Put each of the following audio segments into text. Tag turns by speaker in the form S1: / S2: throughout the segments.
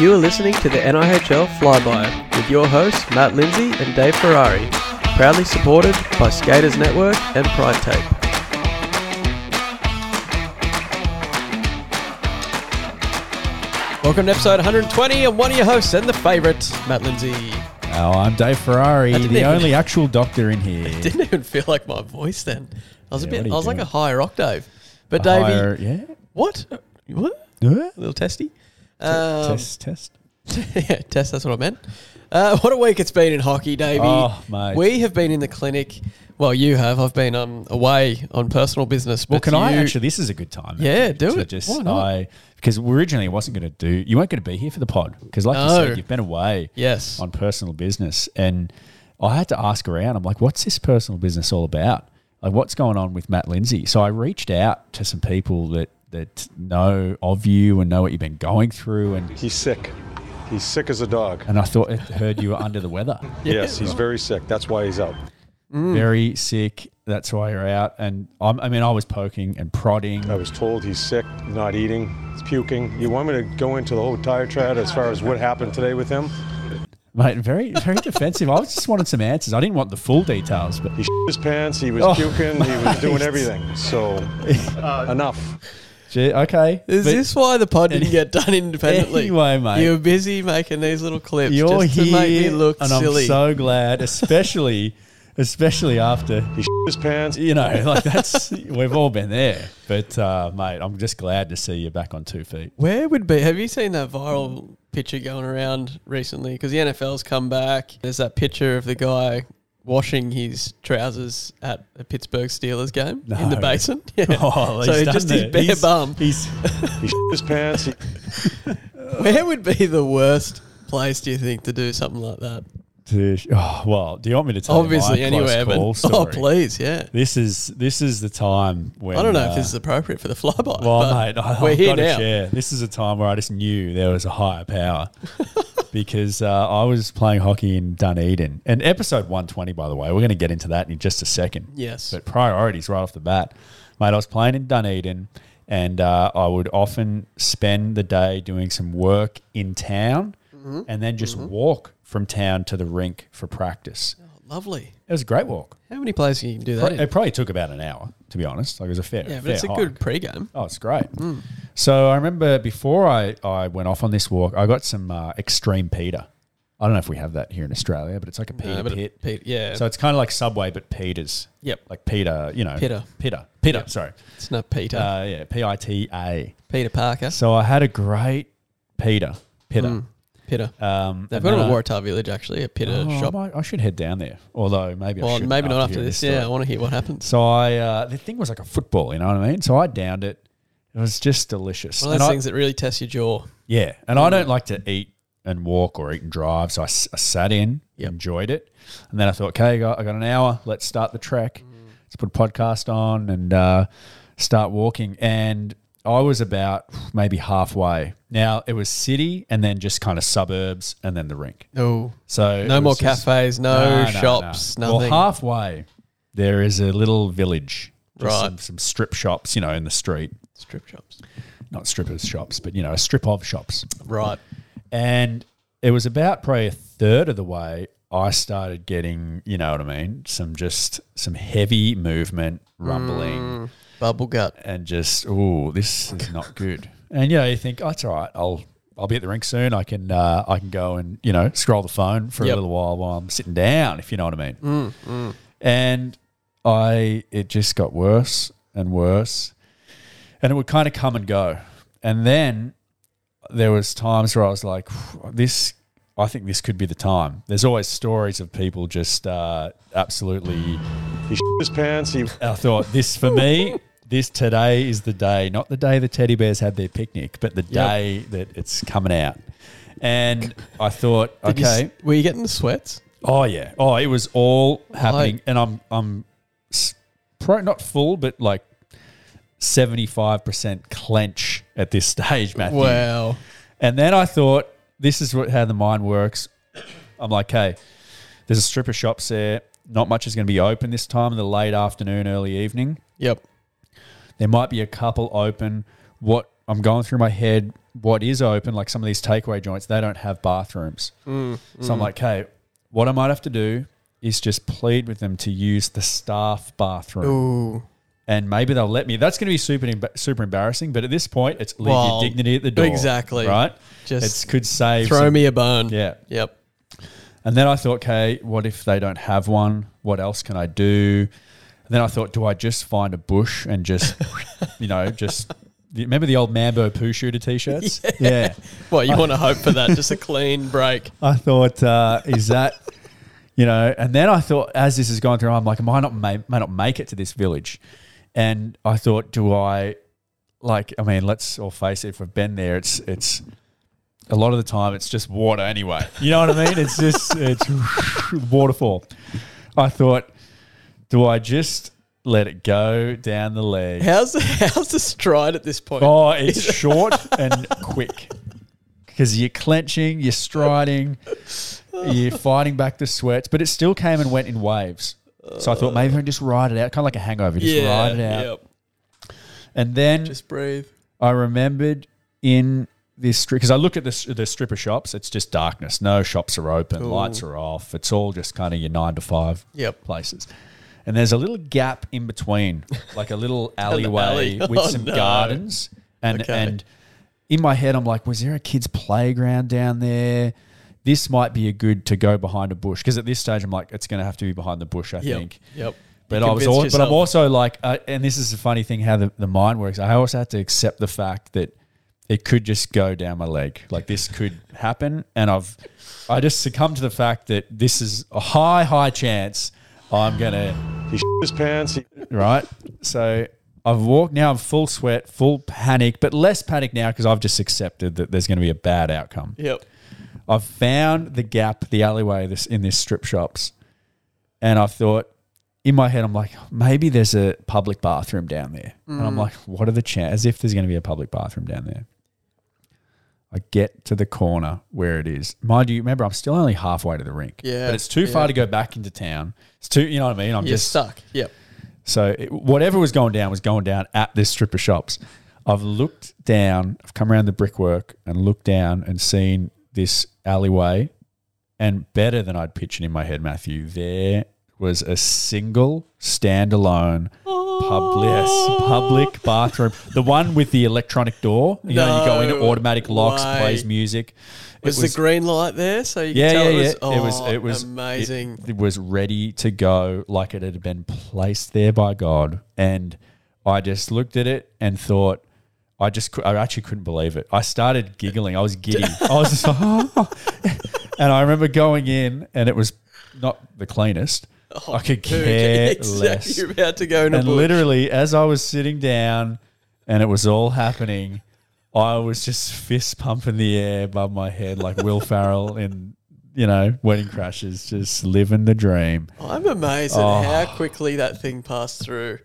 S1: You are listening to the NIHL Flyby with your hosts Matt Lindsay and Dave Ferrari, proudly supported by Skaters Network and Pride Tape. Welcome to episode 120, and one of your hosts and the favourite, Matt Lindsay.
S2: Oh, I'm Dave Ferrari,
S1: I
S2: the
S1: didn't even-
S2: only actual doctor in here.
S1: Didn't even feel like my voice then. I was
S2: Yeah,
S1: a
S2: what
S1: bit.
S2: are
S1: I
S2: you
S1: was like
S2: doing?
S1: a higher octave. But Davey,
S2: Higher- yeah.
S1: what? What?
S2: Huh?
S1: A little testy. Um,
S2: test, test.
S1: yeah, test. That's what I meant. Uh, what a week it's been in hockey, Davey.
S2: Oh, mate.
S1: We have been in the clinic. Well, you have. I've been um, away on personal business.
S2: Well,
S1: but
S2: can I
S1: you-
S2: actually? This is a good time.
S1: Yeah,
S2: actually,
S1: do
S2: to
S1: it.
S2: Just
S1: Why not?
S2: I because originally I wasn't going to do. You weren't going to be here for the pod because, like you
S1: No.
S2: said, you've been away
S1: Yes.
S2: on personal business, and I had to ask around. I'm like, what's this personal business all about? Like, what's going on with Matt Lindsay? So I reached out to some people that that know of you and know what you've been going through, and
S3: He's sick. He's sick as a dog.
S2: and I thought I heard you were under the weather.
S3: Yes, he's very sick. That's why he's out.
S1: Mm.
S2: very sick. That's why you're out. And I'm, I mean, I was poking and prodding.
S1: Oh.
S3: I was told he's sick, not eating, he's puking. You want me to go into the whole tire trad as far as what happened today with him?
S2: Mate, very, very defensive. I was just wanted some answers. I didn't want the full details, but
S3: He his pants, he was
S2: Oh,
S3: puking, he was doing
S2: mate.
S3: everything. So enough.
S2: gee, okay.
S1: Is
S2: But
S1: this why the pod didn't get done independently?
S2: Anyway, mate.
S1: You're busy making these little clips
S2: You're
S1: just to
S2: here,
S1: make me look
S2: and
S1: silly.
S2: I'm so glad, especially, especially after
S3: He his pants.
S2: you know, like that's we've all been there. But uh, mate, I'm just glad to see you back on two feet.
S1: Where would be? Have you seen that viral picture going around recently? Because the NFL's come back. There's that picture of the guy washing his trousers at a Pittsburgh Steelers game in the
S2: No.
S1: basement. Yeah.
S2: Oh,
S1: so
S2: he's done
S1: just his
S2: it.
S1: bare
S2: He's-
S1: bum.
S2: He's
S3: He his pants. He,
S1: Where would be the worst place? Do you think to do something like that?
S2: oh, well. Do you want me to tell? you my
S1: Obviously,
S2: close
S1: anywhere. But
S2: call
S1: oh,
S2: story?
S1: please, yeah.
S2: This is this is the time when
S1: I don't know if
S2: uh,
S1: this is appropriate for the flyby.
S2: Well,
S1: but
S2: mate, I,
S1: we're
S2: I've
S1: here
S2: got to
S1: now.
S2: share. This is a time where I just knew there was a higher power because uh, I was playing hockey in Dunedin. And episode 120, by the way, we're going to get into that in just a second.
S1: Yes.
S2: But priorities right off the bat. Mate, I was playing in Dunedin and uh, I would often spend the day doing some work in town
S1: Mm-hmm.
S2: and then just walk from town to the rink for practice.
S1: Lovely.
S2: It was a great walk.
S1: How many plays can you do that?
S2: Pro-
S1: in?
S2: It probably took about an hour, to be honest. Like it was a fair,
S1: yeah, but
S2: fair
S1: it's a
S2: hike.
S1: good Hmm. pre-game.
S2: Oh, it's great. So I remember before I, I went off on this walk, I got some uh, extreme Peter. I don't know if we have that here in Australia, but it's like a Peter
S1: Uh, but
S2: pit.
S1: it- Pete- yeah,
S2: so it's kind of like Subway, but Peter's.
S1: Yep.
S2: Like Peter, you know.
S1: Pitta.
S2: Peter. Peter, sorry.
S1: it's not Peter.
S2: Uh, yeah, P I T A.
S1: Peter Parker. Hmm.
S2: So I had a great Peter. Peter.
S1: Peter.
S2: Um,
S1: They've
S2: and
S1: got it
S2: then
S1: at
S2: I-
S1: Waratah Village actually, a Pitta
S2: Oh, I,
S1: shop.
S2: might- I should head down there. Although maybe I
S1: Well,
S2: should
S1: maybe not after
S2: hearing
S1: this.
S2: story.
S1: Yeah, I want to hear what happens.
S2: So I, uh, the thing was like a football, you know what I mean? So I downed it. It was just delicious.
S1: One of
S2: And
S1: those
S2: I-
S1: things that really test your jaw.
S2: Yeah, and I don't like to eat and walk or eat and drive, so I, s- I sat in, enjoyed it, and then I thought, okay, I got, I got an hour. Let's start the trek.
S1: Mm.
S2: Let's put a podcast on and uh, start walking. And I was about maybe halfway. Now it was city, and then just kind of suburbs, and then the rink.
S1: No,
S2: So
S1: no
S2: it
S1: more
S2: was just-
S1: cafes, no,
S2: No, no,
S1: shops,
S2: no.
S1: nothing.
S2: Well, halfway there is a little village, just
S1: Right.
S2: Some, some strip shops, you know, in the street.
S1: Strip shops.
S2: Not strippers shops, but you know, a strip of shops.
S1: Right.
S2: And it was about probably a third of the way I started getting, you know what I mean, some just some heavy movement, rumbling,
S1: Mm. Bubble gut.
S2: and just oh, this is not good. And you know, you think, oh, it's all right. I'll I'll be at the rink soon. I can uh, I can go and you know scroll the phone for
S1: Yep.
S2: a little while while I'm sitting down, if you know what I mean. And I it just got worse and worse, and it would kind of come and go. And then there was times where I was like, this. I think this could be the time. There's always stories of people just uh, absolutely
S3: he his pants. He,
S2: I thought this for me. This today is the day, not the day the teddy bears had their picnic, but the day that it's coming out. And I thought,
S1: Did you s-
S2: okay,
S1: were you getting the sweats?
S2: oh yeah, oh it was all happening, and I'm I'm s- pro, not full, but like seventy five percent clench at this stage, Matthew.
S1: Wow.
S2: And then I thought, this is what, how the mind works. I'm like, hey, there's a stripper shops there. Not much is going to be open this time in the late afternoon, early evening.
S1: Yep.
S2: There might be a couple open. What I'm going through my head, what is open, like some of these takeaway joints, they don't have bathrooms.
S1: Mm,
S2: so I'm like, hey, what I might have to do is just plead with them to use the staff bathroom.
S1: Ooh.
S2: And maybe they'll let me. That's going to be super emb- super embarrassing. But at this point, it's leave
S1: Well,
S2: your dignity at the door.
S1: exactly.
S2: Right?
S1: Just
S2: it could save.
S1: Throw
S2: some-
S1: me a bone.
S2: Yeah.
S1: Yep.
S2: And then I thought, okay, what if they don't have one? What else can I do? And then I thought, do I just find a bush and just, you know, just remember the old Mambo poo shooter t-shirts? Yeah.
S1: Well, you want to hope for that. Just a clean break.
S2: I thought, uh, is that, you know? And then I thought, as this has gone through, I'm like, am I not may, may not make it to this village? And I thought, do I, like, I mean, let's all face it. If we've been there, it's it's a lot of the time it's just water anyway. You know what I mean? It's just it's waterfall. I thought, do I just let it go down the leg?
S1: How's the, how's the stride at this point?
S2: Oh, it's short and quick. Because you're clenching, you're striding, you're fighting back the sweats, but it still came and went in waves. So I thought maybe I'd just ride it out, kind of like a hangover, just ride it out.
S1: Yep.
S2: And then
S1: Just breathe.
S2: I remembered in this strip because I look at the s- the stripper shops. It's just darkness. No shops are open. Lights are off. It's all just kind of your nine to five
S1: Yep.
S2: places. And there's a little gap in between, like a little alleyway
S1: alley.
S2: with
S1: Oh,
S2: some
S1: no.
S2: gardens. And
S1: Okay.
S2: and in my head, I'm like, was there a kids' playground down there? This might be a good to go behind a bush because at this stage, I'm like, it's going to have to be behind the bush. I
S1: Yep.
S2: think.
S1: Yep.
S2: But
S1: You
S2: I was,
S1: convinced
S2: al- but I'm
S1: yourself.
S2: also like, uh, and this is a funny thing how the, the mind works. I also had to accept the fact that it could just go down my leg. Like this could happen, and I've, I just succumbed to the fact that this is a high, high chance I'm gonna
S3: He his pants. He,
S2: right. So I've walked now. I'm full sweat, full panic, but less panic now because I've just accepted that there's going to be a bad outcome.
S1: Yep.
S2: I've found the gap, the alleyway this in this strip shops, and I thought in my head, I'm like, maybe there's a public bathroom down there, and
S1: Mm.
S2: I'm like, what are the chances? As if there's going to be a public bathroom down there. I get to the corner where it is. Mind you, remember I'm still only halfway to the rink.
S1: Yeah,
S2: but it's too
S1: yeah.
S2: far to go back into town. It's too, you know what I mean? I'm
S1: You're
S2: just
S1: stuck. Yep.
S2: so it, whatever was going down was going down at this stripper shops. I've looked down, I've come around the brickwork and looked down and seen this alleyway, and better than I'd pictured in my head, Matthew. There was a single standalone pub, yes,
S1: Oh.
S2: public bathroom, the one with the electronic door. You know, you go into
S1: No
S2: automatic locks,
S1: way.
S2: plays music. It
S1: Was, the green light there? So you can tell it, was, oh, it was amazing.
S2: it, it was ready to go, like it had been placed there by God. And I just looked at it and thought, I just, cou- I actually couldn't believe it. I started giggling. I was giddy. I was just like, "Oh." and I remember going in, and it was not the cleanest.
S1: Oh,
S2: I could
S1: Dude,
S2: care
S1: exactly.
S2: less.
S1: You're about to go in a
S2: And
S1: bush.
S2: literally, as I was sitting down and it was all happening, I was just fist pumping the air above my head like Will Farrell in, you know, Wedding Crashes, just living the dream.
S1: I'm amazed at how quickly that thing passed through.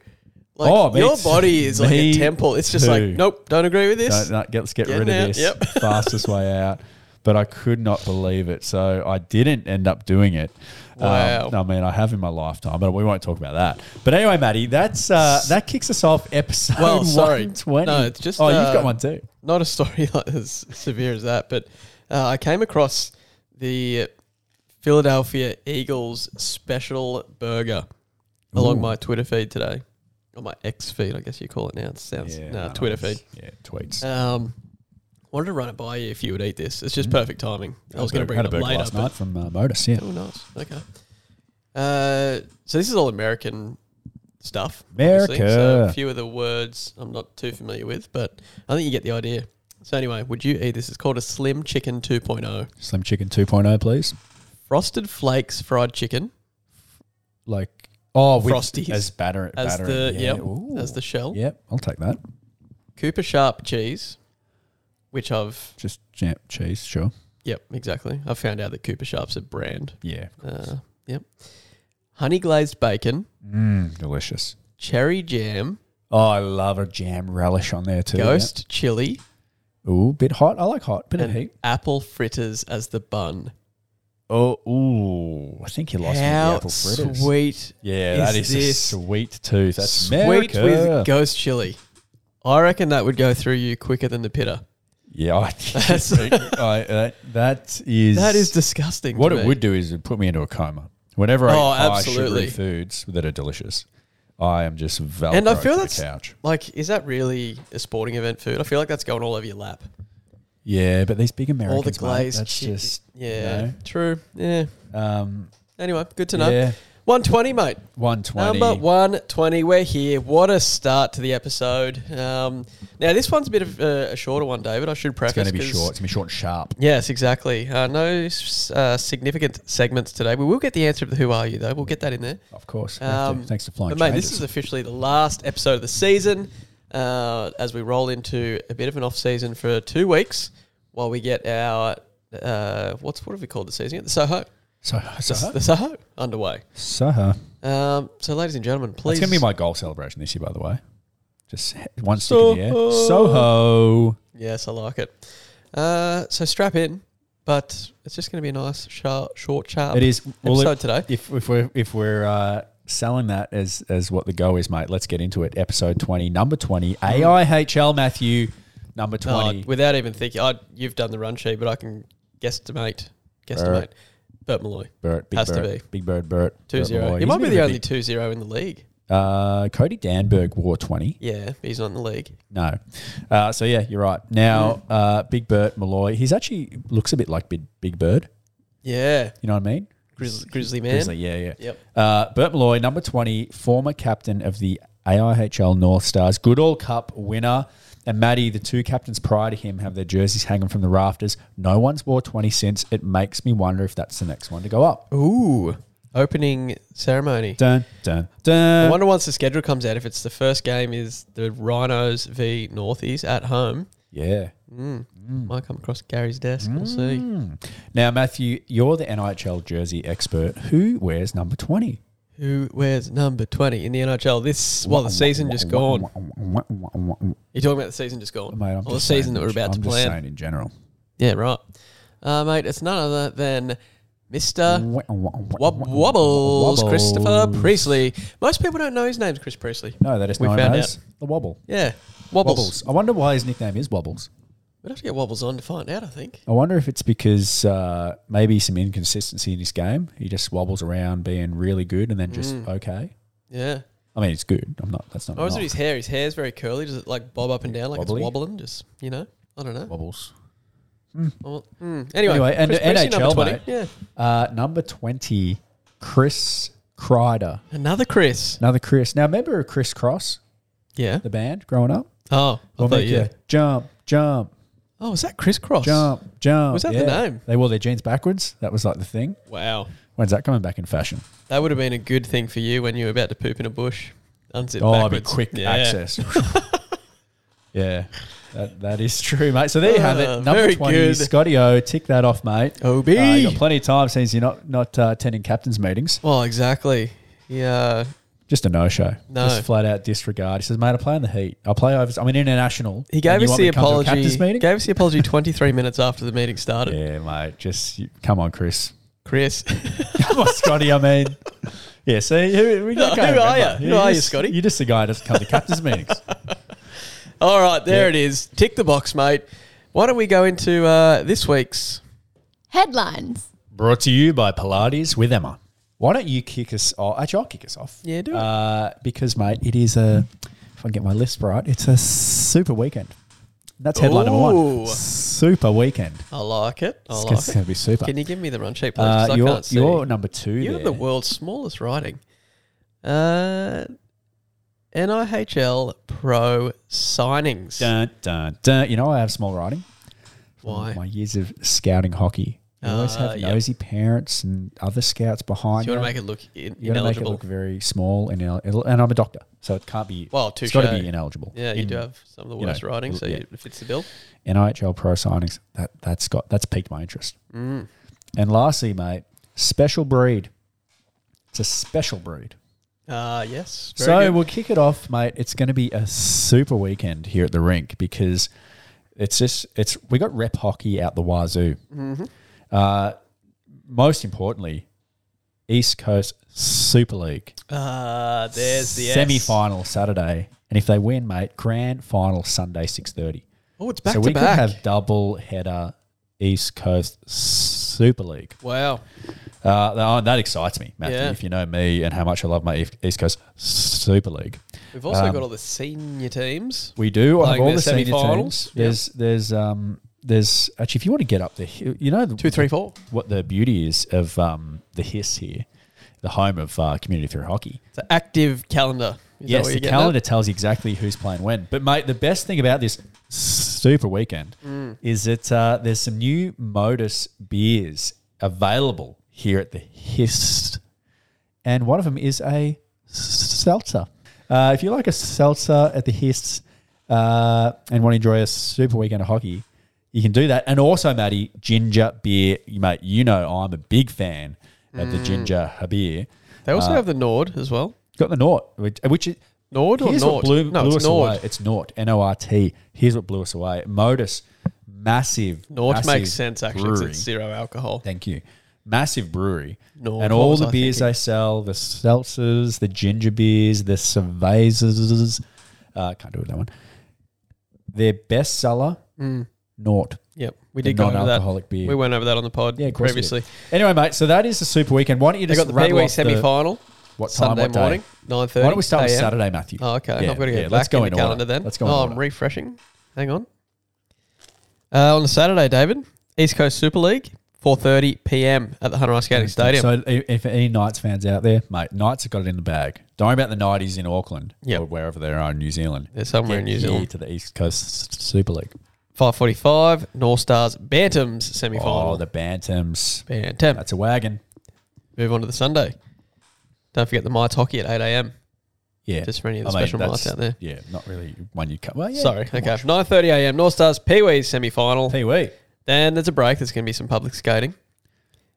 S1: Like
S2: Oh, me
S1: your
S2: too.
S1: body is like a
S2: Me
S1: temple. It's just like,
S2: too.
S1: nope, don't agree with
S2: No,
S1: this.
S2: no, get, let's get
S1: Getting
S2: rid of
S1: out,
S2: this
S1: yep.
S2: fastest way out. But I could not believe it. So I didn't end up doing it. Um,
S1: Wow.
S2: I mean, I have in my lifetime, but we won't talk about that. But anyway, Maddie, that's uh, that kicks us off episode
S1: Well, sorry.
S2: 120.
S1: No, it's just,
S2: Oh,
S1: uh,
S2: you've got one too.
S1: Not a story like as severe as that, but uh, I came across the Philadelphia Eagles special burger along my Twitter feed today, or my X feed, I guess you call it now. It sounds
S2: Yeah,
S1: nah,
S2: no,
S1: Twitter feed.
S2: it's- Yeah, tweets.
S1: Um, wanted to run it by you if you would eat this. It's just perfect timing. I was going to bring
S2: Mm. Had
S1: it
S2: a
S1: up
S2: burger
S1: later.
S2: last
S1: but-
S2: night from uh, Modus. Yeah,
S1: Oh, nice. Okay. Uh, so this is all American stuff. obviously. So
S2: America.
S1: a few of the words I'm not too familiar with, but I think you get the idea. So anyway, would you eat this? It's called a Slim Chicken 2.0.
S2: Slim Chicken 2.0, please.
S1: Frosted Flakes fried chicken
S2: Like oh, with,
S1: Frosties.
S2: as batter
S1: as
S2: battering,
S1: the
S2: yeah.
S1: yep,
S2: Ooh.
S1: as the shell.
S2: Yep, I'll take that.
S1: Cooper Sharp cheese, which I've
S2: Just jam, cheese, sure.
S1: yep exactly. I found out that Cooper Sharp's a brand.
S2: Yeah,
S1: Uh, yep. Honey glazed bacon,
S2: mm, delicious.
S1: cherry jam,
S2: Oh, I love a jam relish on there too.
S1: ghost chili,
S2: Yeah. Ooh, bit hot. I like hot. Bit
S1: and
S2: of heat.
S1: apple fritters as the bun.
S2: Oh, ooh, I think you lost
S1: How
S2: me with the apple fritters.
S1: sweet.
S2: Yeah,
S1: is
S2: that is a
S1: this?
S2: sweet tooth. That's
S1: sweet
S2: America.
S1: with ghost chili. I reckon that would go through you quicker than the pitter.
S2: Yeah, I, I, that, that is
S1: That is disgusting.
S2: what
S1: to
S2: it
S1: me.
S2: would do is it put me into a coma. Whenever I
S1: Oh,
S2: eat high
S1: absolutely.
S2: sugary foods that are delicious, I am just velcro
S1: and I feel
S2: to
S1: that's
S2: the couch.
S1: like, is that really a sporting event food? I feel like that's going all over your lap.
S2: Yeah, but these big Americans,
S1: all the glazed
S2: mate, that's
S1: shit.
S2: just
S1: yeah,
S2: you
S1: true. Yeah.
S2: know, um,
S1: Anyway, good to know.
S2: Yeah.
S1: 120, mate.
S2: one twenty.
S1: Number 120. We're here. What a start to the episode. Um, now, this one's a bit of uh, a shorter one, David. I should
S2: It's
S1: preface.
S2: going to be
S1: 'cause-
S2: short. It's going to be short and sharp.
S1: Yes, exactly. Uh, no s- uh, significant segments today. We will get the answer of the Who Are You, though. We'll get that in there.
S2: Of course.
S1: Um,
S2: Thanks to flying
S1: But, mate, this
S2: Changes.
S1: is officially the last episode of the season uh, as we roll into a bit of an off season for two weeks while we get our. Uh, what's what have we called the season? yet? The Soho,
S2: So, so,
S1: the, the Soho underway.
S2: so, uh,
S1: Um, so, ladies and gentlemen,
S2: that's
S1: please.
S2: going to be my goal celebration this year, by the way. Just he- one stick in the air.
S1: Soho.
S2: Soho.
S1: yes, I like it. Uh, so strap in, but it's just going to be a nice, sharp, short, sharp
S2: It is. Well,
S1: episode
S2: it-
S1: today.
S2: if, if we're if we're uh, selling that as as what the go is, mate, let's get into it. Episode twenty, number twenty, AIHL Matthew, number
S1: No,
S2: twenty.
S1: without even thinking, I, you've done the run sheet, but I can guesstimate, guesstimate.
S2: Alright.
S1: Bert Malloy,
S2: Bert, big
S1: has to
S2: bird,
S1: be.
S2: big bird, Bert.
S1: 2
S2: Bert
S1: 0.
S2: Malloy.
S1: He
S2: He's
S1: might
S2: a
S1: be
S2: bit
S1: the
S2: of a
S1: only
S2: big-
S1: 2 0 in the league.
S2: Uh, Cody Danberg wore twenty.
S1: Yeah, but he's not in the league.
S2: No, uh, so yeah, you're right. Now, uh, Big Bert Malloy, he's actually looks a bit like Big Big Bird.
S1: Yeah.
S2: You know what I mean?
S1: Grizzly, grizzly Man.
S2: Grizzly, yeah, yeah.
S1: Yep.
S2: Uh, Bert Malloy, number 20, former captain of the AIHL North Stars, Goodall Cup winner. And Maddie, the two captains prior to him have their jerseys hanging from the rafters. No one's wore 20 since. It makes me wonder if that's the next one to go up.
S1: Ooh. Opening ceremony.
S2: Dun, dun,
S1: I
S2: dun.
S1: wonder once the schedule comes out if it's the first game is the Rhinos v Northies at home.
S2: yeah. Mm.
S1: Might come across Gary's desk. We'll see.
S2: Hmm. Now, Matthew, you're the NIHL jersey expert. Who wears number 20?
S1: Who wears number 20 in the NHL? This, well, the season just gone. You're talking about the season just gone.
S2: Mate, I'm
S1: or the
S2: just
S1: season
S2: saying-
S1: that we're about
S2: I'm
S1: to
S2: just
S1: plan.
S2: saying in general.
S1: Yeah, right. Uh, mate, it's none other than Mr. Wob- Wobbles, Christopher Priestley. Most people don't know his name's Chris Priestley.
S2: No, that is
S1: We
S2: known
S1: found
S2: as
S1: out.
S2: the Wobble.
S1: Yeah, Wobbles.
S2: Wobbles. I wonder why his nickname is Wobbles.
S1: We'd have to get Wobbles on to find out, I think.
S2: I wonder if it's because uh, maybe some inconsistency in his game. He just wobbles around being really good and then just okay.
S1: Yeah.
S2: I mean, it's good. I'm not. That's not.
S1: What Mm. was
S2: not
S1: it his hair? His hair's very curly. Does it like bob up and down like
S2: Wobbly.
S1: it's wobbling? Just, you know? I don't know.
S2: wobbles.
S1: Well, mm. Anyway,
S2: Anyway, and
S1: Chris Priestley,
S2: NHL,
S1: number 20.
S2: mate.
S1: Yeah.
S2: Uh, number twenty, Chris Kreider.
S1: Another Chris.
S2: Another Chris. Now, remember Chris Cross,
S1: Yeah.
S2: the band growing up?
S1: Oh, I
S2: We'll
S1: thought
S2: make
S1: you.
S2: you jump, jump,
S1: Oh, is that Chris Cross?
S2: jump, jump.
S1: Was that the name?
S2: They wore their jeans backwards. That was like the thing.
S1: Wow.
S2: When's that coming back in fashion?
S1: That would have been a good thing for you when you were about to poop in a bush. Unzip
S2: Oh, it'd be
S1: backwards.
S2: quick
S1: Yeah.
S2: access. yeah, that, that is true, mate. So there you have it.
S1: Uh,
S2: Number
S1: very
S2: 20,
S1: good.
S2: Scotty O. Tick that off, mate.
S1: OB.
S2: Uh, you got plenty of time since you're not, not uh, attending captain's meetings.
S1: Well, exactly. uh, Yeah.
S2: Just a no show.
S1: No.
S2: Just flat out disregard. He says, mate, I play in the heat. I play over. I'm an international.
S1: He gave
S2: and you
S1: us
S2: want
S1: the
S2: me to come to a
S1: apology.
S2: captain's meeting?
S1: Gave us the apology 23 minutes after the meeting started.
S2: yeah, mate. Just you- come on, Chris.
S1: Chris,
S2: Come on, Scotty. I mean, yeah, see, who, we
S1: No,
S2: I can't
S1: who are
S2: remember.
S1: you? Who are you,
S2: just-
S1: Scotty?
S2: You're just the guy who doesn't come to captain's meetings.
S1: all right, there
S2: Yeah.
S1: it is. Tick the box, mate. Why don't we go into uh, this week's?
S4: Headlines.
S2: Brought to you by Pilates with Emma. Why don't you kick us off? Actually, I'll kick us off.
S1: Yeah, do it.
S2: Uh, because, mate, it is a, if I can get my list right, it's a super weekend. That's headline number
S1: Ooh.
S2: one. Super weekend.
S1: I like it. I
S2: It's,
S1: like
S2: going
S1: it.
S2: to be super.
S1: Can you give me the run sheet, please? 'Cause
S2: uh,
S1: I
S2: you're,
S1: can't see.
S2: you're number 2
S1: You're
S2: there.
S1: the world's smallest writing. Uh, NIHL pro signings.
S2: Dun, dun, dun. You know, I have small writing.
S1: Why?
S2: My years of scouting hockey. You always
S1: Uh,
S2: have
S1: yep.
S2: nosy parents and other scouts
S1: Do
S2: behind
S1: you want
S2: you.
S1: to make it look in-
S2: you gotta make it
S1: ineligible?
S2: look very small and, inel- and I'm a doctor, so it can't be.
S1: Well,
S2: it's got to
S1: touche.
S2: be ineligible.
S1: yeah, you
S2: In-
S1: do have some of the
S2: you
S1: worst
S2: know,
S1: writing, so
S2: yeah.
S1: you- it fits the bill.
S2: NIHL pro signings. That that's got that's piqued my interest.
S1: Mm.
S2: And lastly, mate, special breed. It's a special breed.
S1: Uh, yes. very
S2: so
S1: good.
S2: we'll kick it off, mate. It's going to be a super weekend here at the rink because it's just it's we got rep hockey out the wazoo.
S1: Mm-hmm.
S2: Uh, most importantly, East Coast Super League
S1: Uh, there's the S.
S2: semi final Saturday, and if they win, mate, grand final Sunday six thirty.
S1: Oh, it's back
S2: so
S1: to
S2: we could
S1: back.
S2: have double header East Coast Super League.
S1: wow.
S2: Uh, th- oh, that excites me, Matthew.
S1: Yeah.
S2: If you know me and how much I love my East East Coast Super League,
S1: We've also
S2: Um,
S1: got all the senior teams.
S2: we do I have
S1: Playing
S2: all
S1: their
S2: the senior
S1: semi-finals.
S2: teams. There's there's um there's actually if you want to get up the hi- you know the-
S1: Two, three, four.
S2: what the beauty is of um the hiss here, the home of uh, community through hockey.
S1: It's an active calendar. Is that
S2: yes,
S1: what
S2: the
S1: you're getting at?
S2: calendar tells you exactly who's playing when. But mate, the best thing about this super weekend
S1: Mm.
S2: is that uh, there's some new Modus beers available here at the Hist, and one of them is a seltzer. Uh, if you like a seltzer at the Hist uh, and want to enjoy a super weekend of hockey, you can do that. And also, Matty, ginger beer, You- mate. You know I'm a big fan of
S1: Mm.
S2: the ginger beer.
S1: They also have the Nord as well.
S2: Got the Nort, which, which is,
S1: Nord or
S2: Here's
S1: Nord?
S2: what blew,
S1: no,
S2: blew
S1: it's
S2: us
S1: Nord.
S2: away. It's Nort. N O R T. Here's what blew us away. Modus, massive.
S1: Nord
S2: massive
S1: makes sense actually. 'cause
S2: brewery.
S1: It's zero alcohol.
S2: Thank you. Massive brewery.
S1: Nort,
S2: and
S1: what
S2: all
S1: was
S2: the
S1: I
S2: beers
S1: thinking?
S2: they sell the seltzers, the ginger beers, the cervezas. Uh, can't do it, that one. Their best seller,
S1: Mm.
S2: Nort.
S1: Yep, we
S2: The
S1: did go over that.
S2: non-alcoholic beer.
S1: We went over that on the pod
S2: Yeah, of course we did.
S1: previously.
S2: Anyway, mate, so that is the super weekend. Why don't you
S1: They
S2: just
S1: got the
S2: rattle
S1: Pee
S2: off
S1: semi final
S2: what time,
S1: Sunday
S2: what day?
S1: morning, nine thirty.
S2: Why don't we start with Saturday, Matthew?
S1: Oh, okay.
S2: Yeah,
S1: I've got to go
S2: yeah,
S1: back
S2: let's go
S1: in the
S2: in order.
S1: calendar then.
S2: Let's go in
S1: Oh,
S2: order.
S1: I'm refreshing. Hang on. Uh, on the Saturday, David, East Coast Super League, four thirty p.m. at the Hunter Ice Skating Stadium.
S2: So i- if any Knights fans out there, mate, Knights have got it in the bag. Don't worry about the Knighties in Auckland
S1: Yep.
S2: or wherever they are in New Zealand.
S1: They're somewhere in New
S2: Here
S1: Zealand.
S2: to the East Coast S- Super League.
S1: Five forty-five. North Stars Bantams semi final.
S2: Oh, the Bantams.
S1: Bantam.
S2: That's a wagon.
S1: Move on to the Sunday. Don't forget the Mites hockey at eight a.m.
S2: Yeah,
S1: Just for any of the
S2: I mean,
S1: special nights
S2: that's-
S1: out there.
S2: Yeah, not really one you cut. Well, yeah,
S1: Sorry. Okay. 9.30 a.m. North Stars Pee Wee semi-final.
S2: Pee Wee.
S1: Then there's a break. There's going to be some public skating.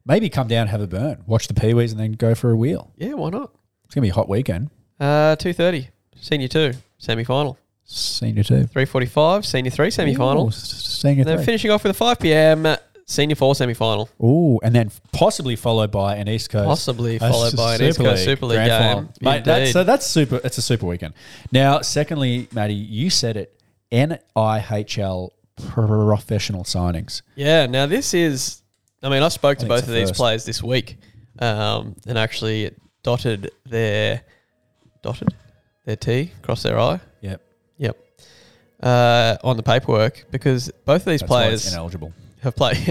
S2: Maybe come down, have a burn, watch the Pee Wees, and then go for a wheel.
S1: Yeah, why not?
S2: It's gonna be a hot weekend.
S1: Uh, 2.30, Senior 2, semi-final.
S2: Senior two,
S1: 3.45, Senior 3,
S2: Ooh,
S1: semi-final.
S2: s- senior
S1: And then
S2: three.
S1: finishing off with a 5 p.m. Senior 4 semi-final.
S2: Ooh, and then possibly followed by an East Coast
S1: Possibly
S2: That's
S1: followed
S2: just
S1: by an East Coast Super League
S2: grand
S1: game.
S2: final. Mate, that-
S1: Indeed.
S2: so that's super. It's a super weekend. Now, secondly, Matty, you said it. NIHL professional signings.
S1: Yeah, now this is. I mean, I spoke to
S2: think
S1: both
S2: it's
S1: of
S2: a
S1: these
S2: first.
S1: players this week um, and actually dotted their. Dotted? Their T, crossed their I.
S2: Yep,
S1: Yep. Uh, on the paperwork because both of these
S2: that's why it's
S1: players
S2: ineligible.
S1: have played.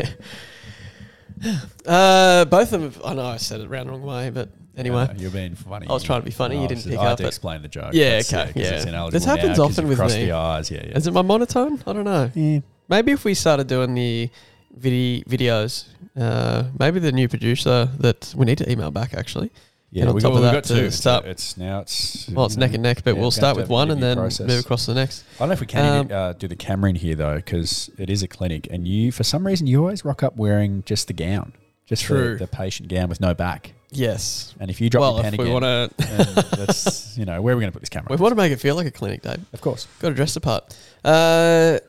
S1: uh, both of them. I know I said it round the wrong way, but anyway.
S2: Uh, you're being funny.
S1: I was trying to be funny, you
S2: I
S1: didn't
S2: was-
S1: pick
S2: I had
S1: up
S2: to
S1: it.
S2: explain the joke.
S1: Yeah,
S2: That's-
S1: okay,
S2: 'cause
S1: yeah.
S2: It's
S1: This
S2: ineligible
S1: happens
S2: now 'cause
S1: often
S2: you've
S1: with
S2: crossed
S1: me.
S2: the eyes. Yeah, yeah.
S1: Is it my monotone? I don't know.
S2: Yeah.
S1: Maybe if we started doing the vid- videos, uh, maybe the new producer that we need to email back actually.
S2: yeah,
S1: and on
S2: we
S1: top
S2: got,
S1: of
S2: we
S1: that
S2: got
S1: to
S2: two. It's-
S1: start-
S2: It's now it's
S1: Well, it's neck and neck, but
S2: Yeah,
S1: we'll
S2: it's
S1: start
S2: gonna
S1: with
S2: have to
S1: one
S2: be
S1: and
S2: a
S1: then
S2: process.
S1: move across to the next.
S2: I don't know if we can
S1: Um,
S2: uh, do the camera in here though, because it is a clinic, and you, for some reason, you always rock up wearing just the gown, just the,
S1: True.
S2: the patient gown with no back.
S1: Yes.
S2: And if you drop
S1: well,
S2: your pen
S1: if we
S2: again,
S1: want to,
S2: then that's you know where are we going to put this camera?
S1: we want to make it feel like a clinic, Dave.
S2: of course.
S1: Got to dress the part. Uh,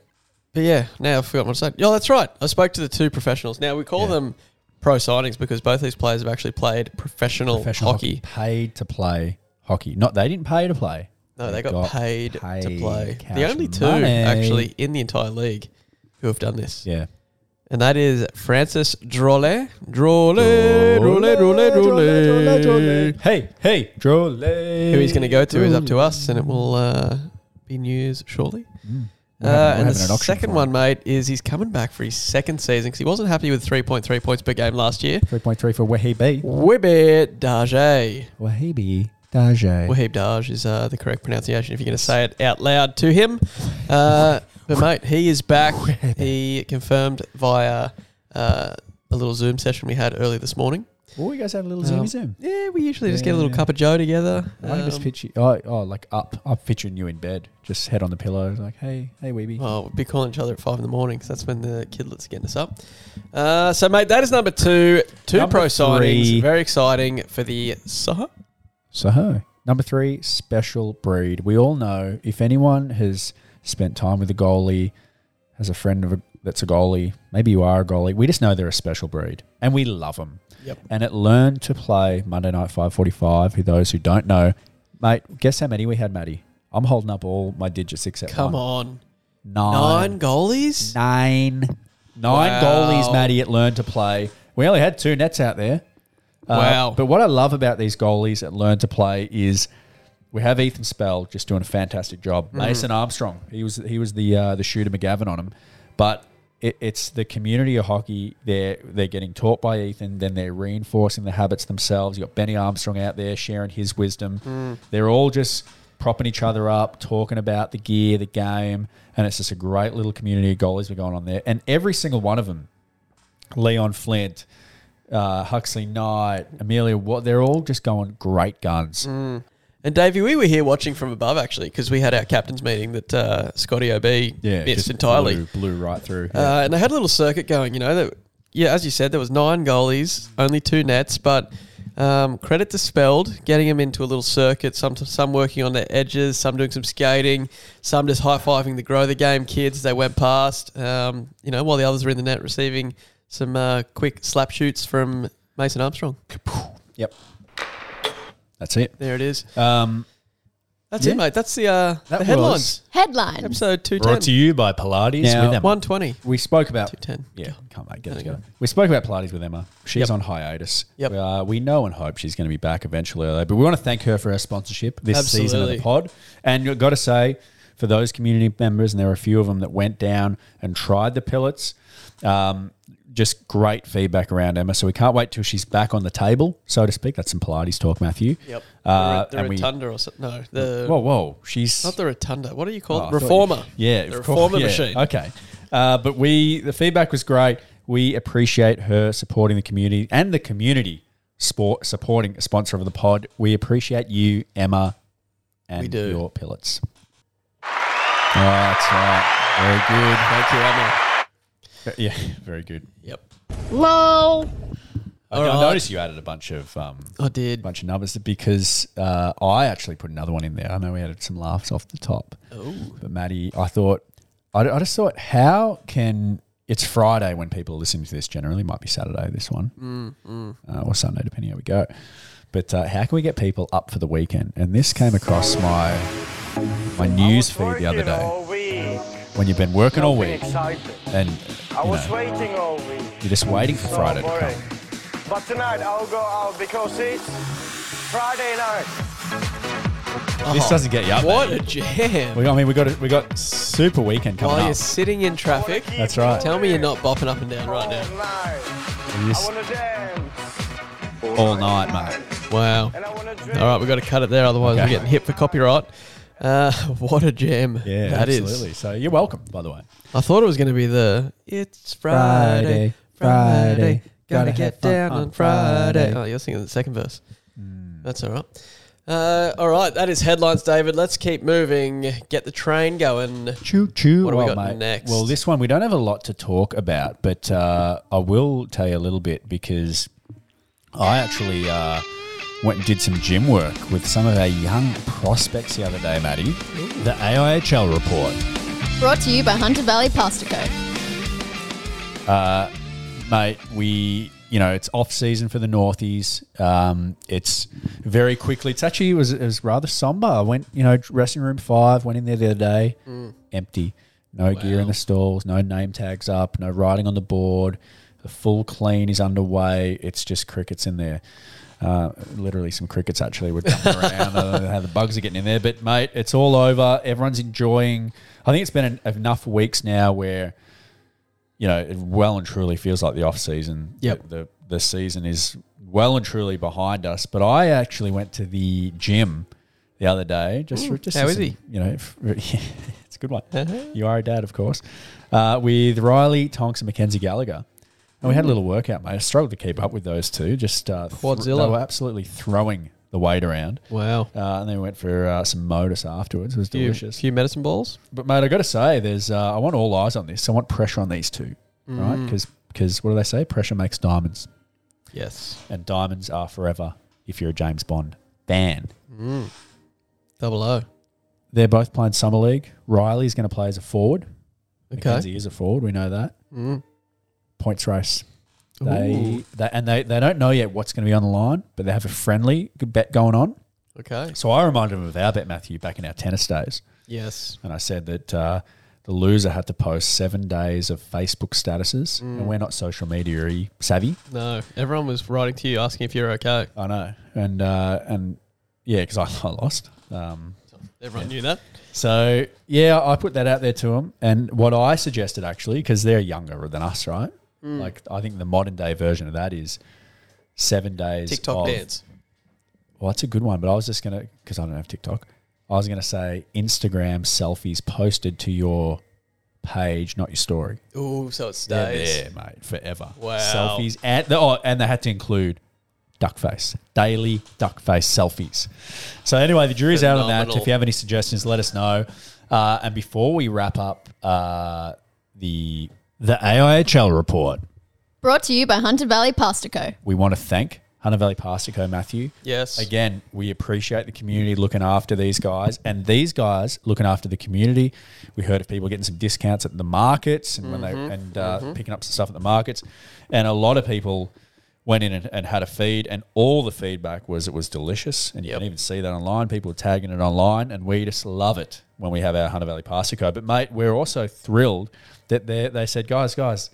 S1: but yeah, now I forgot what I said. Yeah, that's right. I spoke to the two professionals. Now we call
S2: Yeah.
S1: them pro signings because both these players have actually played professional,
S2: Professional
S1: hockey.
S2: paid to play hockey. Not they didn't pay to play.
S1: No, they got, paid, to play.
S2: cash
S1: The only two
S2: money.
S1: actually in the entire league who have done this,
S2: Yeah,
S1: and that is Francis Drolet. Drolet, Drolet, Drolet, Drolet,
S2: Hey, hey, Drolet.
S1: Who he's going to go to is up to us, and it will uh, be news shortly.
S2: We're having-
S1: Uh,
S2: we're
S1: and the
S2: having an auction
S1: second
S2: for
S1: one, mate, is he's coming back for his second season because he wasn't happy with 3.3 points per game last year.
S2: Three point three for Wahibi.
S1: Webber Dage.
S2: Wahibi Daje.
S1: Wahib Daj is uh, the correct pronunciation if you're going to say it out loud to him. Uh, but mate, he is back. He confirmed via uh, a little Zoom session we had earlier this morning.
S2: Oh, you guys had a little
S1: Um,
S2: zoomy zoom.
S1: Yeah, we usually just
S2: Yeah,
S1: get a little
S2: yeah.
S1: cup of Joe together.
S2: I can just
S1: Um,
S2: picture oh, oh like up. I'm picturing you in bed, just head on the pillow, like hey, hey, Weeby.
S1: well, we'll be calling each other at five in the morning because that's when the kidlets are getting us up. Uh, so, mate, that is number two. Two
S2: Number
S1: pro
S2: three.
S1: signings. Very exciting for the Saha.
S2: So ho. Number three, special breed. We all know if anyone has spent time with a goalie, has a friend of a, that's a goalie, maybe you are a goalie. We just know they're a special breed, and we love them.
S1: Yep.
S2: And it learned to play Monday night five forty five. For those who don't know, mate, guess how many we had, Matty. I'm holding up all my digits except
S1: Come
S2: one.
S1: on.
S2: Nine.
S1: Nine goalies?
S2: Nine. Nine
S1: Wow.
S2: goalies, Matty, it learned to play. We only had two nets out there. Uh,
S1: Wow.
S2: But what I love about these goalies that learn to play is we have Ethan Spell just doing a fantastic job. Mason Armstrong, he was he was the uh, the shooter McGavin on him, but it, it's the community of hockey. They're they're getting taught by Ethan, then they're reinforcing the habits themselves. You got Benny Armstrong out there sharing his wisdom. They're all just propping each other up, talking about the gear, the game, and it's just a great little community of goalies we're going on there. And every single one of them, Leon Flint, uh, Huxley Knight, Amelia, what they're all just going great guns.
S1: Mm. And Davey, we were here watching from above actually because we had our captain's meeting that uh, Scotty OB missed
S2: just
S1: entirely.
S2: blew, blew right through.
S1: Uh, and they had a little circuit going, you know. That, yeah, as you said, there was nine goalies, only two nets, but um, credit to Spelled, getting them into a little circuit, some some working on their edges, some doing some skating, some just high-fiving the grow the game kids they went past, um, you know, while the others were in the net receiving some uh, quick slap shoots from Mason Armstrong.
S2: yep, that's it.
S1: There it is.
S2: Um,
S1: That's
S2: Yeah.
S1: it, mate. That's the, uh,
S2: That
S1: the headlines.
S4: Headlines.
S1: Episode
S5: Brought to
S1: 210.
S5: you by Pilates
S2: Now-
S5: with Emma.
S1: 120.
S2: we spoke about
S1: 210.
S2: Yeah, can't mate, get it
S1: There you go.
S2: together. We spoke about Pilates with Emma. She's
S1: Yep.
S2: on hiatus.
S1: Yep.
S2: Uh, we know and hope she's going to be back eventually, though. but we want to thank her for her sponsorship this season of the
S1: Absolutely.
S2: pod. And you've got to say, for those community members, and there were a few of them that went down and tried the pellets, um, just great feedback around Emma. So we can't wait till she's back on the table, so to speak. That's some Pilates talk, Matthew.
S1: Yep.
S2: Uh,
S1: the
S2: and we,
S1: Rotunda or something. No, the,
S2: whoa, whoa. She's
S1: not the Rotunda. What do you call
S2: Oh, I
S1: it?
S2: thought you-
S1: Reformer.
S2: yeah,
S1: The
S2: of course,
S1: reformer
S2: yeah,
S1: machine.
S2: Okay, uh, but we the feedback was great. We appreciate her supporting the community and the community sport supporting a sponsor of the pod. We appreciate you, Emma, and
S1: We do.
S2: your pillets. All right, that's right.
S1: Thank you, Emma.
S2: Very good. Yeah, very good.
S1: Yep.
S4: Lol.
S2: I,
S1: All
S2: I
S1: right.
S2: noticed you added a bunch of um,
S1: I did.
S2: bunch of numbers because uh, I actually put another one in there. I know we had some laughs off the top. But Maddie, I thought, I, I just thought, how can it's Friday when people are listening to this? Generally, might be Saturday this one Uh, or Sunday, depending how we go. But uh, how can we get people up for the weekend? And this came across my my news feed the other day. When you've been working all week
S6: Excited.
S2: and you,
S6: I was
S2: know,
S6: waiting all week.
S2: you're just waiting for
S6: So
S2: Friday to come.
S6: boring. But tonight I'll go out because it's Friday night.
S2: This doesn't get you up.
S1: Oh, What
S2: mate.
S1: a jam.
S2: We, I mean, we got we got super weekend coming
S1: While
S2: up.
S1: you're sitting in traffic,
S2: That's right.
S1: tell me you're not bopping up and down
S6: All
S1: right now.
S6: night.
S2: We
S6: I
S2: just-
S6: wanna dance.
S2: all night, mate.
S1: Wow.
S6: And I wanna drink.
S1: All right, we've got to cut it there, otherwise
S2: Okay.
S1: we're getting hit for copyright. Uh, what a gem
S2: Yeah,
S1: that is.
S2: absolutely. So you're welcome, by the way.
S1: I thought it was going to be the It's Friday,
S2: Friday,
S1: Friday,
S2: Friday,
S1: gotta,
S2: gotta have
S1: get
S2: fun
S1: down
S2: on
S1: on Friday.
S2: Friday. Hmm.
S1: Oh, you're singing the second verse. That's all right. Uh, all right, that is headlines, David. Let's keep moving. Get the train going.
S2: Choo choo.
S1: What do we
S2: Well,
S1: got next?
S2: Well, this one we don't have a lot to talk about, but uh, I will tell you a little bit because I actually uh, went and did some gym work with some of our young prospects the other day, Maddie.
S5: The AIHL report.
S4: Brought to you by Hunter Valley Pasta Co.
S2: mate. We, you know, it's off season for the Northies. Um, it's very quickly. It's actually it was it was rather somber. I went, you know, dressing room five. Went in there the other day, empty. No gear in the stalls. No name tags up. No writing on the board. The full clean is underway. It's just crickets in there. Uh, literally, some crickets actually were jumping around. I don't know how the bugs are getting in there, but mate, it's all over. Everyone's enjoying. I think it's been en- enough weeks now where you know, it well and truly feels like the off season.
S1: Yep.
S2: The, the the season is well and truly behind us. But I actually went to the gym the other day just for just
S1: how
S2: as
S1: is
S2: a-
S1: he? Uh-huh.
S2: You know, f- it's a good one. you are a dad, of course, uh, with Riley Tonks and Mackenzie Gallagher. And we had a little workout, mate. I struggled to keep up with those two. Just uh, th-
S1: Quadzilla.
S2: they were absolutely throwing the weight around.
S1: Wow.
S2: Uh, and then we went for uh, some modus afterwards. It was
S1: Few,
S2: delicious.
S1: few medicine balls.
S2: But mate, I got to say, there's uh, I want all eyes on this. I want pressure on these two, right?
S1: Mm.
S2: Because what do they say? Pressure makes diamonds,
S1: Yes.
S2: and diamonds are forever. If you're a James Bond fan,
S1: Double O.
S2: they're both playing summer league. Riley's going to play as a forward.
S1: Okay.
S2: Mackenzie is a forward. We know that.
S1: Mm.
S2: Points race. They,
S1: Ooh.
S2: they and they, they don't know yet what's going to be on the line, but they have a friendly bet going on.
S1: Okay.
S2: So I reminded them of our bet, Matthew, back in our tennis days.
S1: Yes.
S2: and I said that uh, the the loser had to post seven days of Facebook statuses, and we're not social media savvy.
S1: No, everyone was writing to you asking if you're okay.
S2: I know, and uh, and yeah, because I, I lost. Um,
S1: Everyone knew that.
S2: so yeah, I put that out there to them, and what I suggested actually, because they're younger than us, right? Like I think the modern day version of that is seven days
S1: TikTok
S2: of-
S1: dance.
S2: Well, that's a good one, but I was just gonna because I don't have TikTok. I was gonna say Instagram selfies posted to your page, not your story.
S1: Ooh, so it
S2: They're
S1: stays.
S2: there, mate, forever.
S1: Wow.
S2: Selfies and the, oh, and they had to include duckface daily duckface selfies. So anyway, the jury's out on that.
S1: Phenomenal.
S2: If you have any suggestions, let us know. Uh, and before we wrap up uh, the
S5: The AIHL report.
S4: Brought to you by Hunter Valley Pastico.
S2: we want to thank Hunter Valley Pastico Matthew.
S1: Yes.
S2: Again, we appreciate the community looking after these guys and these guys looking after the community. We heard of people getting some discounts at the markets and when
S1: Mm-hmm.
S2: they and uh, picking up some stuff at the markets. And a lot of people went in and, and had a feed and all the feedback was it was delicious. And you can even see that online. People are tagging it online and we just love it when we have our Hunter Valley Pastico. But mate, we're also thrilled that they they said, guys, guys,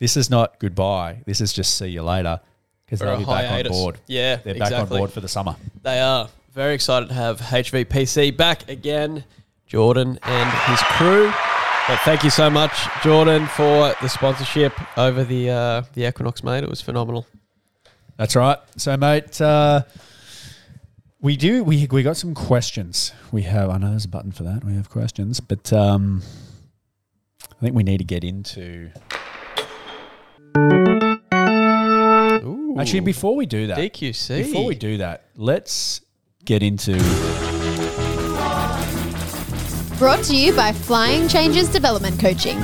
S2: this is not goodbye. This is just see you later. Because
S1: Or
S2: they'll
S1: a
S2: be back on
S1: hiatus.
S2: board.
S1: Yeah,
S2: they're back on
S1: exactly.
S2: board for the summer.
S1: They are very excited to have HVPC back again, Jordan and his crew. But thank you so much, Jordan, for the sponsorship over the uh, the Equinox, mate. It was phenomenal.
S2: That's right. So, mate, uh, we do we we got some questions. We have I know there's a button for that. We have questions, but um, I think we need to get into. Actually, before we do that,
S1: DQC.
S2: before we do that, let's get into
S4: Brought to you by Flying Changes Development Coaching.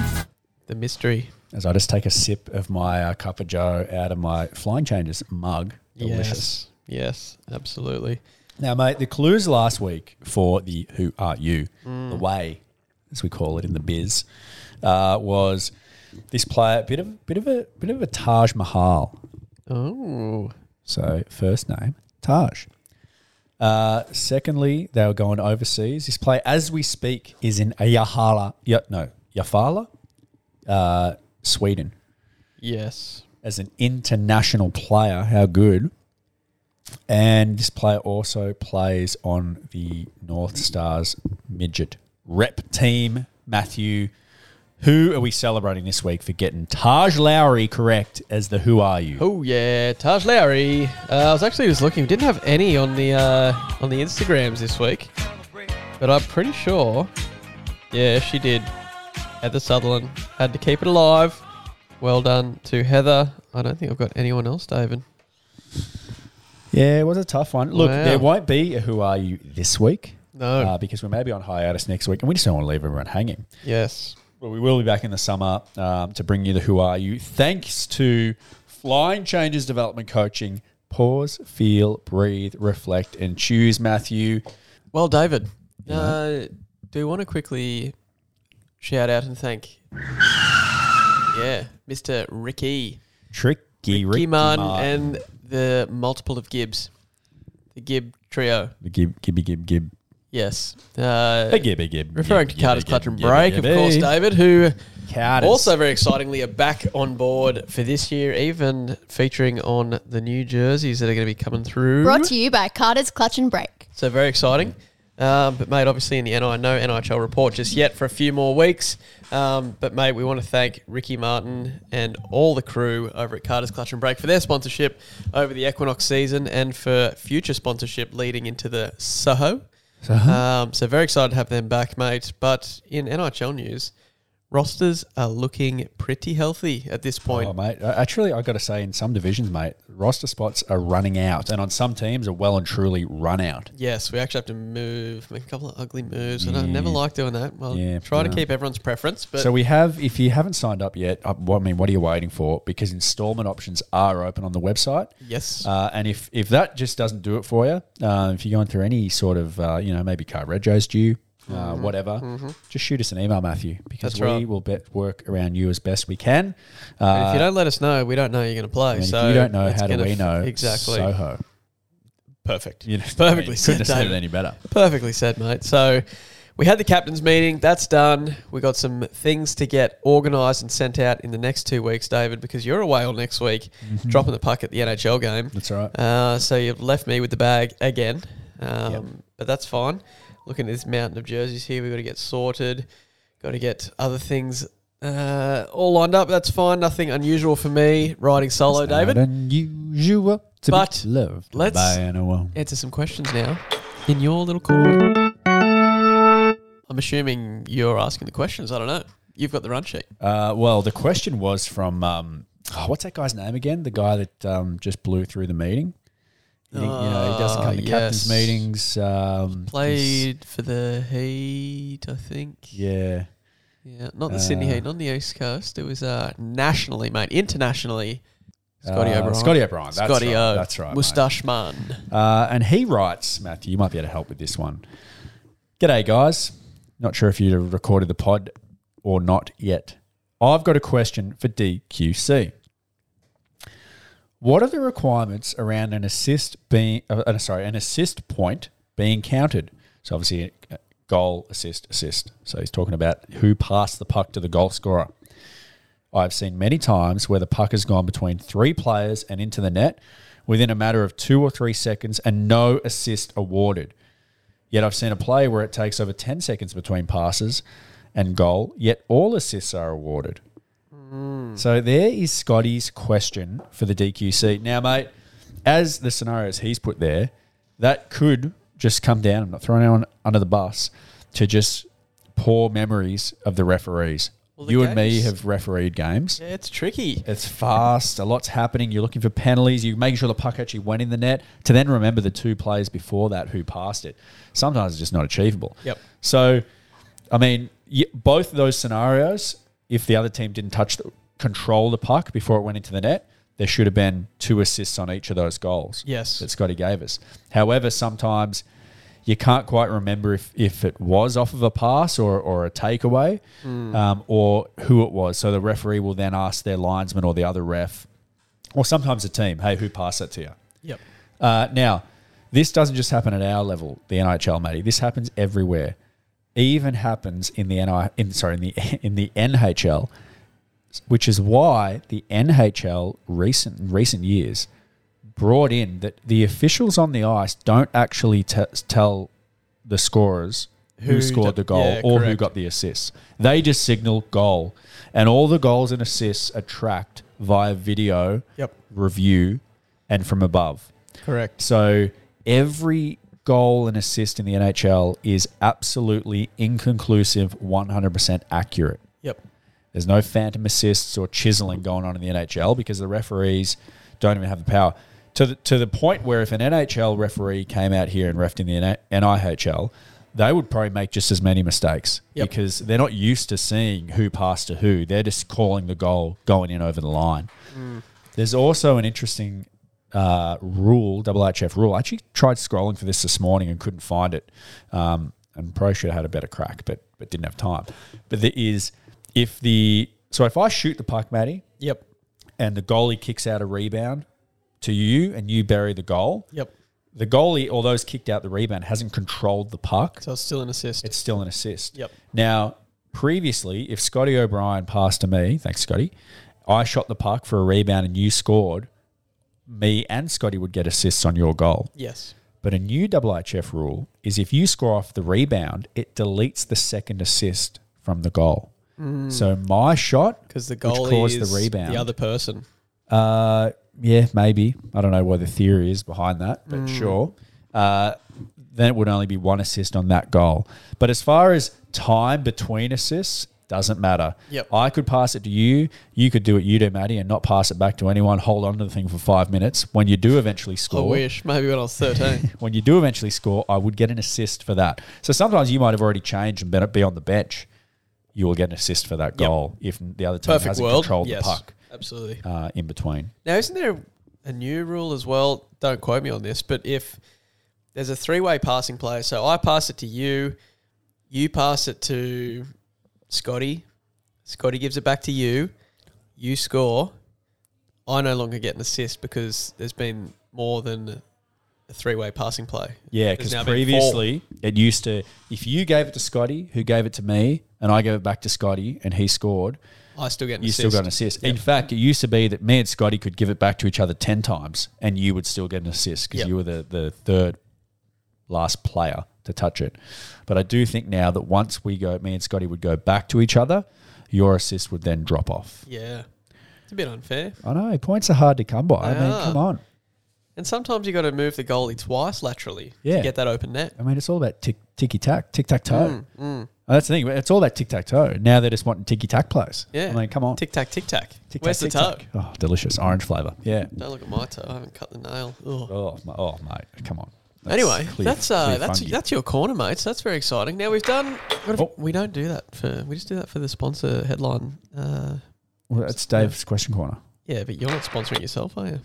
S1: the mystery.
S2: as I just take a sip of my uh, cup of Joe out of my flying changes mug. Delicious.
S1: Yes. Yes, absolutely.
S2: Now, mate, the clues last week for the Who Are You, the way, as we call it in the biz, uh, was this player bit of bit of a bit of a Taj Mahal.
S1: Oh,
S2: So first name Taj. Uh, secondly, they were going overseas. This player, as we speak, is in Ayahara. Yeah, no, Yafala, uh, Sweden
S1: yes.
S2: as an international player, how good. And this player also plays on the North Stars midget rep team. Matthew, who are we celebrating this week for getting Taj Lowry correct as the Who Are You?
S1: Oh yeah, Taj Lowry. Uh, I was actually just looking. We didn't have any on the uh, on the Instagrams this week, but I'm pretty sure. Yeah, she did. Heather Sutherland had to keep it alive. Well done to Heather. I don't think I've got anyone else, David.
S2: Yeah, it was a tough one. Look,
S1: Wow. Oh.
S2: there won't be a Who Are You this week
S1: No.
S2: uh, because we may be on hiatus next week and we just don't want to leave everyone hanging.
S1: yes.
S2: Well, we will be back in the summer um, to bring you the Who Are You. Thanks to Flying Changes Development Coaching. Pause, feel, breathe, reflect, and choose, Matthew.
S1: Well, David. Uh, do you want to quickly shout out and thank? Yeah, Mr. Ricky.
S2: Tricky Ricky
S1: Ricky Martin,
S2: Martin.
S1: and the multiple of Gibbs, the Gibb trio.
S2: the gib, gibby gib gib.
S1: Yes. Uh,
S2: The gibby gib.
S1: referring
S2: gib,
S1: to Carter's
S2: gibby,
S1: Clutch
S2: gib,
S1: and
S2: gibby,
S1: Break, of
S2: gibby.
S1: course, David, who
S2: Carters.
S1: also very excitingly are back on board for this year, even featuring on the new jerseys that are going to be coming through.
S4: Brought to you by Carter's Clutch and Brake.
S1: So very exciting. Um, but mate, obviously in the NI, no NIHL report just yet for a few more weeks. Um, but mate, we want to thank Ricky Martin and all the crew over at Carter's Clutch and Brake for their sponsorship over the Equinox season and for future sponsorship leading into the Soho. Um, so very excited to have them back, mate. But in NIHL news, rosters are looking pretty healthy at this point.
S2: Oh, mate. Uh, Actually, i got to say, in some divisions, mate, roster spots are running out, and on some teams are well and truly run out.
S1: Yes, we actually have to move, make a couple of ugly moves, and I never
S2: Yeah.
S1: like doing that. Well,
S2: Yeah,
S1: try to
S2: no.
S1: keep everyone's preference, but
S2: So we have, if you haven't signed up yet, uh, well, I mean, what are you waiting for? Because installment options are open on the website.
S1: yes,
S2: Uh, and if, if that just doesn't do it for you, uh, if you're going through any sort of, uh, you know, maybe car rego's due, uh, whatever, just shoot us an email, Matthew, because
S1: Mm-hmm. That's
S2: we
S1: right.
S2: will bet work around you as best we can.
S1: And if you
S2: Uh,
S1: don't let us know, we don't know you're going to play.
S2: and if
S1: so
S2: you don't know,
S1: it's
S2: how do
S1: gonna
S2: we
S1: f-
S2: know?
S1: exactly?
S2: Soho.
S1: Perfect.
S2: You know,
S1: Perfectly said,
S2: Couldn't have said it
S1: David.
S2: any better.
S1: Perfectly said, mate. So we had the captain's meeting. That's done. We got some things to get organised and sent out in the next two weeks, David, because you're away all next week, dropping the puck at the NHL game.
S2: Mm-hmm. That's all right.
S1: Uh, so you've left me with the bag again, um, but that's fine. Looking at this mountain of jerseys here, we've got to get sorted. Got to get other things uh, all lined up. That's fine. Nothing unusual for me riding solo, David.
S2: unusual to
S1: But
S2: be loved
S1: let's-
S2: by anyone.
S1: answer some questions now in your little corner. I'm assuming you're asking the questions. I don't know. You've got the run sheet.
S2: Uh, well, the question was from um, oh, what's that guy's name again? The guy that um, just blew through the meeting. You, think- you know, he doesn't come to
S1: Ah, yes.
S2: captain's meetings. Um, he's-
S1: Played for the Heat, I think.
S2: yeah,
S1: Yeah, not the Sydney
S2: Uh,
S1: Heat, not the East Coast. It was uh, nationally, mate, internationally. Scotty
S2: Uh,
S1: O'Brien.
S2: Scotty O'Brien, that's
S1: Scotty
S2: right,
S1: O.
S2: that's right, mate.
S1: Mustache man.
S2: Uh, and he writes, Matthew, you might be able to help with this one. G'day, guys. Not sure if you recorded the pod or not yet. I've got a question for DQC. What are the requirements around an assist being, uh, uh, sorry, an assist point being counted? So obviously, uh, goal, assist, assist. So he's talking about who passed the puck to the goal scorer. I've seen many times where the puck has gone between three players and into the net within a matter of two or three seconds and no assist awarded. Yet I've seen a play where it takes over 10 seconds between passes and goal, yet all assists are awarded.
S1: Hmm.
S2: So there is Scotty's question for the DQC. Now, mate, as the scenarios he's put there, that could just come down. I'm not throwing anyone under the bus to just poor memories of the referees.
S1: the
S2: you and me
S1: games-
S2: have refereed games.
S1: Yeah, it's tricky.
S2: It's fast. A lot's happening. You're looking for penalties. You're making sure the puck actually went in the net to then remember the two players before that who passed it. Sometimes it's just not achievable.
S1: Yep.
S2: So, I mean, y- both of those scenarios, if the other team didn't touch, the, control the puck before it went into the net, there should have been two assists on each of those goals.
S1: Yes.
S2: That Scotty gave us. However, sometimes you can't quite remember if, if it was off of a pass or, or a takeaway
S1: Mm.
S2: um, or who it was. So the referee will then ask their linesman or the other ref or sometimes a team, hey, who passed that to you?
S1: Yep.
S2: Uh, now, this doesn't just happen at our level, the NHL, matey. This happens everywhere. Even happens in the NI, in, sorry, in the in the NHL, which is why the NHL recent in recent years brought in that the officials on the ice don't actually t- tell the scorers who,
S1: Who
S2: scored
S1: d-
S2: the goal
S1: yeah,
S2: or who
S1: correct.
S2: got the assists. They just signal goal, and all the goals and assists are tracked via video
S1: Yep.
S2: review and from above.
S1: Correct.
S2: So every goal and assist in the NHL is absolutely inconclusive, 100% accurate.
S1: Yep.
S2: There's no phantom assists or chiseling going on in the NHL because the referees don't even have the power. To the, to the point where if an NHL referee came out here and refed in the NIHL, they would probably make just as many mistakes
S1: Yep.
S2: because they're not used to seeing who passed to who. They're just calling the goal going in over the line. There's also an interesting uh, rule, double HF rule. I actually tried scrolling for this this morning and couldn't find it. Um, and probably should have had a better crack, but but didn't have time. But there is if the so if I shoot the puck, Matty,
S1: Yep.
S2: and the goalie kicks out a rebound to you, and you bury the goal.
S1: Yep.
S2: The goalie, although has kicked out the rebound, hasn't controlled the puck.
S1: So it's still an assist.
S2: It's still an assist.
S1: Yep.
S2: Now, previously, if Scotty O'Brien passed to me, thanks, Scotty, I shot the puck for a rebound and you scored, me and Scotty would get assists on your goal.
S1: yes.
S2: But a new IIHF rule is if you score off the rebound, it deletes the second assist from the goal. So my shot,
S1: Because the
S2: which
S1: goalie
S2: caused
S1: is the, other person.
S2: uh, yeah, maybe. I don't know what the theory is behind that, but sure. Uh, then it would only be one assist on that goal. But as far as time between assists, doesn't matter.
S1: Yep.
S2: I could pass it to you. You could do what you do, Matty, and not pass it back to anyone. Hold on to the thing for five minutes. When you do eventually
S1: I
S2: score,
S1: wish. Maybe when I was 13.
S2: when you do eventually score, I would get an assist for that. So sometimes you might have already changed and been, be on the bench. You will get an assist for that goal if the other team
S1: Perfect
S2: hasn't
S1: world.
S2: controlled
S1: yes.
S2: the puck
S1: Absolutely.
S2: uh, in between.
S1: Now, isn't there a new rule as well? Don't quote me on this, but if there's a three way passing play, so I pass it to you, you pass it to Scotty, Scotty gives it back to you, you score, I no longer get an assist because there's been more than a three-way passing play.
S2: Yeah,
S1: There's
S2: because
S1: now been
S2: previously it used to, if you gave it to Scotty, who gave it to me, and I gave it back to Scotty, and he scored,
S1: four. I still get an
S2: you
S1: assist.
S2: still got an assist. In fact, it used to be that me and Scotty could give it back to each other 10 times, and you would still get an assist because
S1: Yep.
S2: you were the, the third last player to touch it. But I do think now that once we go, me and Scotty would go back to each other, your assist would then drop off.
S1: Yeah, it's a bit unfair.
S2: I know, points are hard to come by.
S1: They
S2: I mean,
S1: are.
S2: come on.
S1: And sometimes you got to move the goalie twice laterally
S2: Yeah.
S1: to get that open net.
S2: I mean, it's all about tick, ticky tack, tic tac toe. That's the thing. It's all that tic tac toe. Now they're just wanting ticky tack plays.
S1: Yeah.
S2: I mean, come on.
S1: Tic tac, tic tac.
S2: Tic-tac,
S1: Where's the toe?
S2: tic-tac. Oh, delicious orange flavor. Yeah.
S1: Don't look at my toe. I haven't cut the nail. Ugh.
S2: Oh, my, oh, mate. Come on.
S1: anyway,
S2: clear-
S1: that's uh,
S2: clear
S1: that's
S2: fungi.
S1: that's your corner, mates. That's very exciting. Now we've done. what if-
S2: Oh.
S1: We don't do that for. We just do that for the sponsor headline. Uh,
S2: Well, that's Dave's question corner,
S1: yeah, but you're not sponsoring yourself, are you?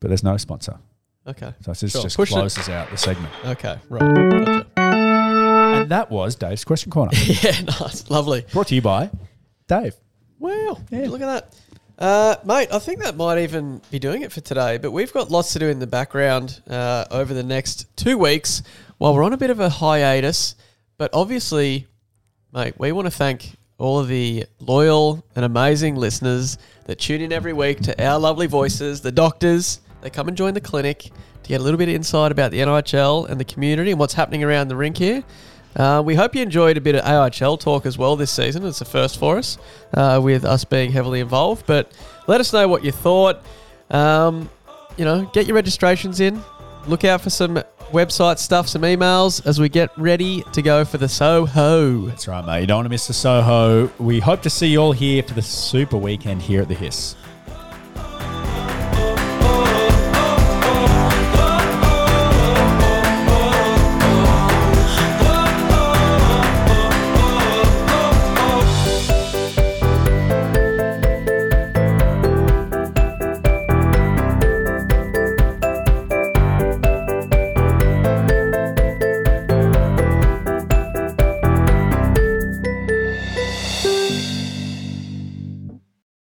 S2: but there's no sponsor,
S1: Okay.
S2: so this
S1: Sure,
S2: just
S1: push it.
S2: closes out the segment.
S1: Okay. Right. Gotcha.
S2: And that was Dave's question corner,
S1: yeah. Nice. Lovely.
S2: brought to you by Dave.
S1: Wow. Look at that. Uh, mate, I think that might even be doing it for today, but we've got lots to do in the background uh, over the next two weeks while we're on a bit of a hiatus. But obviously, mate, we want to thank all of the loyal and amazing listeners that tune in every week to our lovely voices, the doctors. They come and join the clinic to get a little bit of insight about the NIHL and the community and what's happening around the rink here. Uh, we hope you enjoyed a bit of AIHL talk as well this season. It's the first for us, uh, with us being heavily involved. But let us know what you thought. Um, you know, get your registrations in. Look out for some website stuff, some emails as we get ready to go for the Soho.
S2: That's right, mate. You don't want to miss the Soho. We hope to see you all here for the super weekend here at the Hiss.